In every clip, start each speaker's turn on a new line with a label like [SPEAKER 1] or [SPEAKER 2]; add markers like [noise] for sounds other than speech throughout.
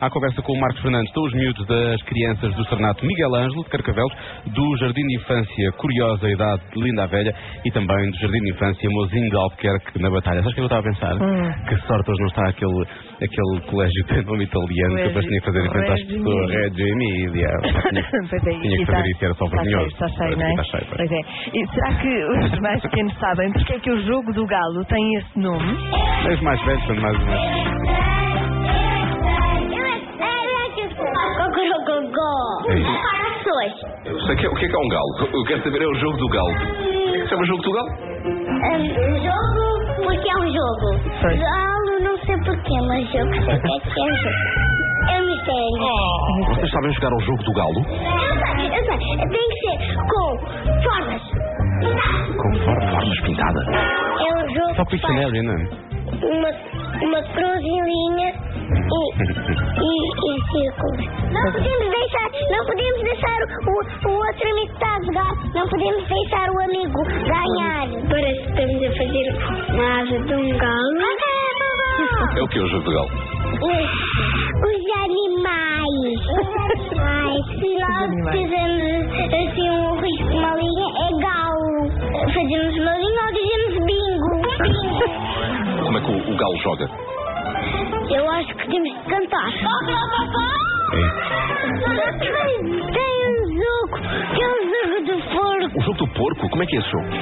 [SPEAKER 1] à conversa com o Marcos Fernandes. Estão os miúdos das crianças do Externato Miguel Ângelo de Carcavelos, do Jardim de Infância Curiosa Idade de Linda a Velha e também do Jardim de Infância Mozinho de Albuquerque na Batalha. Sabes o que eu estava a pensar?
[SPEAKER 2] Hum.
[SPEAKER 1] Que sorte hoje não está aquele, aquele colégio de nome italiano que
[SPEAKER 2] Colégio-
[SPEAKER 1] eu tinha que fazer enfrentar as
[SPEAKER 2] Reggio
[SPEAKER 1] pessoas.
[SPEAKER 2] Emilia.
[SPEAKER 1] Reggio Emilia.
[SPEAKER 2] [laughs] Pois é,
[SPEAKER 1] Tinha
[SPEAKER 2] e
[SPEAKER 1] que
[SPEAKER 2] tá-
[SPEAKER 1] fazer isso, era só
[SPEAKER 2] está cheio,
[SPEAKER 1] vergonhoso.
[SPEAKER 2] Está cheio,
[SPEAKER 1] Aqui
[SPEAKER 2] não é?
[SPEAKER 1] está cheio, pois.
[SPEAKER 2] Pois é. E será que os mais pequenos sabem porque é que o jogo do galo tem esse nome?
[SPEAKER 1] Mas mais velhos, quando mais mais.
[SPEAKER 3] Cocorococó.
[SPEAKER 1] É isso.
[SPEAKER 3] Corações.
[SPEAKER 4] Eu sei que é- o que é que é um galo. Eu quero saber é o jogo do galo. O que é que se chama jogo do galo?
[SPEAKER 3] Um, jogo, porque é um jogo.
[SPEAKER 2] Pois.
[SPEAKER 3] Galo, não sei porquê, mas jogo sei o que é que é jogo. É um mistério.
[SPEAKER 1] Oh!
[SPEAKER 4] Vocês sabem jogar ao jogo do galo?
[SPEAKER 3] Eu sei, eu sei. Tem que ser com formas.
[SPEAKER 4] Conforme formas pintadas.
[SPEAKER 3] É um jogo
[SPEAKER 1] Só
[SPEAKER 3] que faz
[SPEAKER 1] Pictionary, não é?
[SPEAKER 3] uma, uma cruz em linha e, e, e círculos. Não podemos deixar, não podemos deixar o, o outro amigo estar a jogar. Não podemos deixar o amigo ganhar. Parece que estamos a fazer uma asa de um
[SPEAKER 4] [laughs]
[SPEAKER 3] galo.
[SPEAKER 4] É o que é o jogo do galo?
[SPEAKER 3] Os, os animais. Os animais. Se nós
[SPEAKER 2] animais.
[SPEAKER 3] fizermos assim um risco, uma linha, é galo. Fazemos uma linha ou dizemos [laughs] bingo.
[SPEAKER 4] Como é que o, o galo joga?
[SPEAKER 3] Eu acho que temos de cantar. Tem um jogo, que é um jogo de porco.
[SPEAKER 4] O jogo do porco? Como é que é esse jogo?
[SPEAKER 3] Está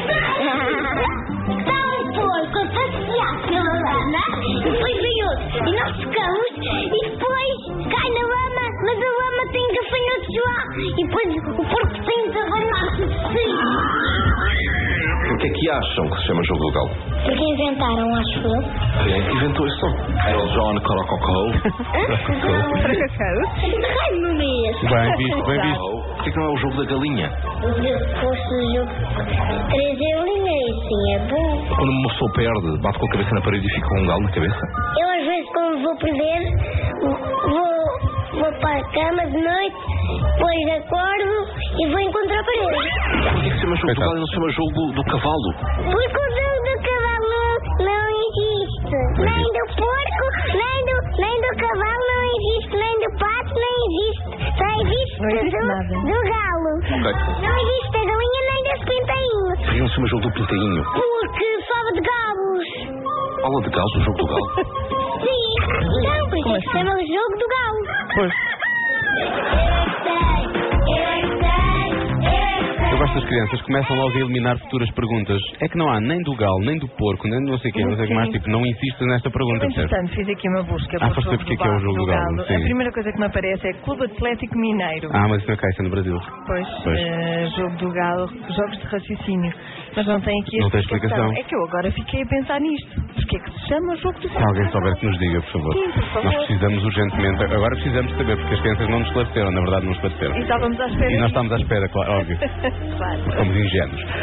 [SPEAKER 3] um porco a passear pela lama e depois vem outro. E nós tocamos e depois cai na lama, mas a lama tem gafanhotos lá. E depois o porco tem de arranhar-se de
[SPEAKER 4] O que é que acham que se chama jogo do galo?
[SPEAKER 3] Porque inventaram, acho eu.
[SPEAKER 4] Quem é que inventou esse som? Era É o John [laughs] Corococó.
[SPEAKER 3] Ai, meu Deus.
[SPEAKER 1] Bem visto, bem visto.
[SPEAKER 4] Por que é que não é o jogo da galinha?
[SPEAKER 3] Se fosse o jogo 3 em linha, sim, é bom.
[SPEAKER 4] Quando uma pessoa perde, bate com a cabeça na parede e fica com um galo na cabeça?
[SPEAKER 3] Eu às vezes quando vou perder, vou, vou para a cama de noite, depois acordo e vou encontrar a parede.
[SPEAKER 4] Por que é que se chama jogo do galo e não se chama jogo do cavalo?
[SPEAKER 3] Porque o jogo do cavalo não existe. Nem do porco, nem do, nem do cavalo não existe, nem do pato não existe. Só existe,
[SPEAKER 2] Não existe
[SPEAKER 3] do,
[SPEAKER 2] nada.
[SPEAKER 3] do galo.
[SPEAKER 4] Ok.
[SPEAKER 3] Não existe da galinha nem das pintainhos.
[SPEAKER 4] Por que não se chama jogo do pintainho?
[SPEAKER 3] Porque sobe de galos.
[SPEAKER 4] Fala de galo, o jogo do galo.
[SPEAKER 3] Sim, então por isso é que chama o jogo do galo.
[SPEAKER 2] Pois.
[SPEAKER 1] Eu gosto das crianças, começam logo a eliminar futuras perguntas. É que não há nem do galo, nem do porco, nem do não sei o quê, não sei o que mais, tipo, não insistas nesta pergunta, percebes?
[SPEAKER 2] Entretanto, fiz aqui uma busca
[SPEAKER 1] Ah,
[SPEAKER 2] por
[SPEAKER 1] foste ver porque é que é o jogo do Galo, sim.
[SPEAKER 2] A primeira coisa que me aparece é Clube Atlético Mineiro.
[SPEAKER 1] Ah, mas isso não cai, isso é no Brasil.
[SPEAKER 2] Pois,
[SPEAKER 1] Pois.
[SPEAKER 2] eh, jogo do Galo, jogos de raciocínio. Mas não tem aqui a
[SPEAKER 1] Não tem explicação.
[SPEAKER 2] É que eu agora fiquei a pensar nisto. Porquê é que se chama jogo do
[SPEAKER 1] Se
[SPEAKER 2] Galo?
[SPEAKER 1] alguém souber que nos diga, por favor.
[SPEAKER 2] Sim, por favor.
[SPEAKER 1] Nós precisamos urgentemente, agora precisamos saber, porque as crianças não nos esclareceram, na verdade não nos
[SPEAKER 2] E
[SPEAKER 1] esclareceram.
[SPEAKER 2] estávamos à espera.
[SPEAKER 1] E nós estamos à espera, claro, óbvio.
[SPEAKER 2] [laughs] claro.
[SPEAKER 1] Somos ingênuos.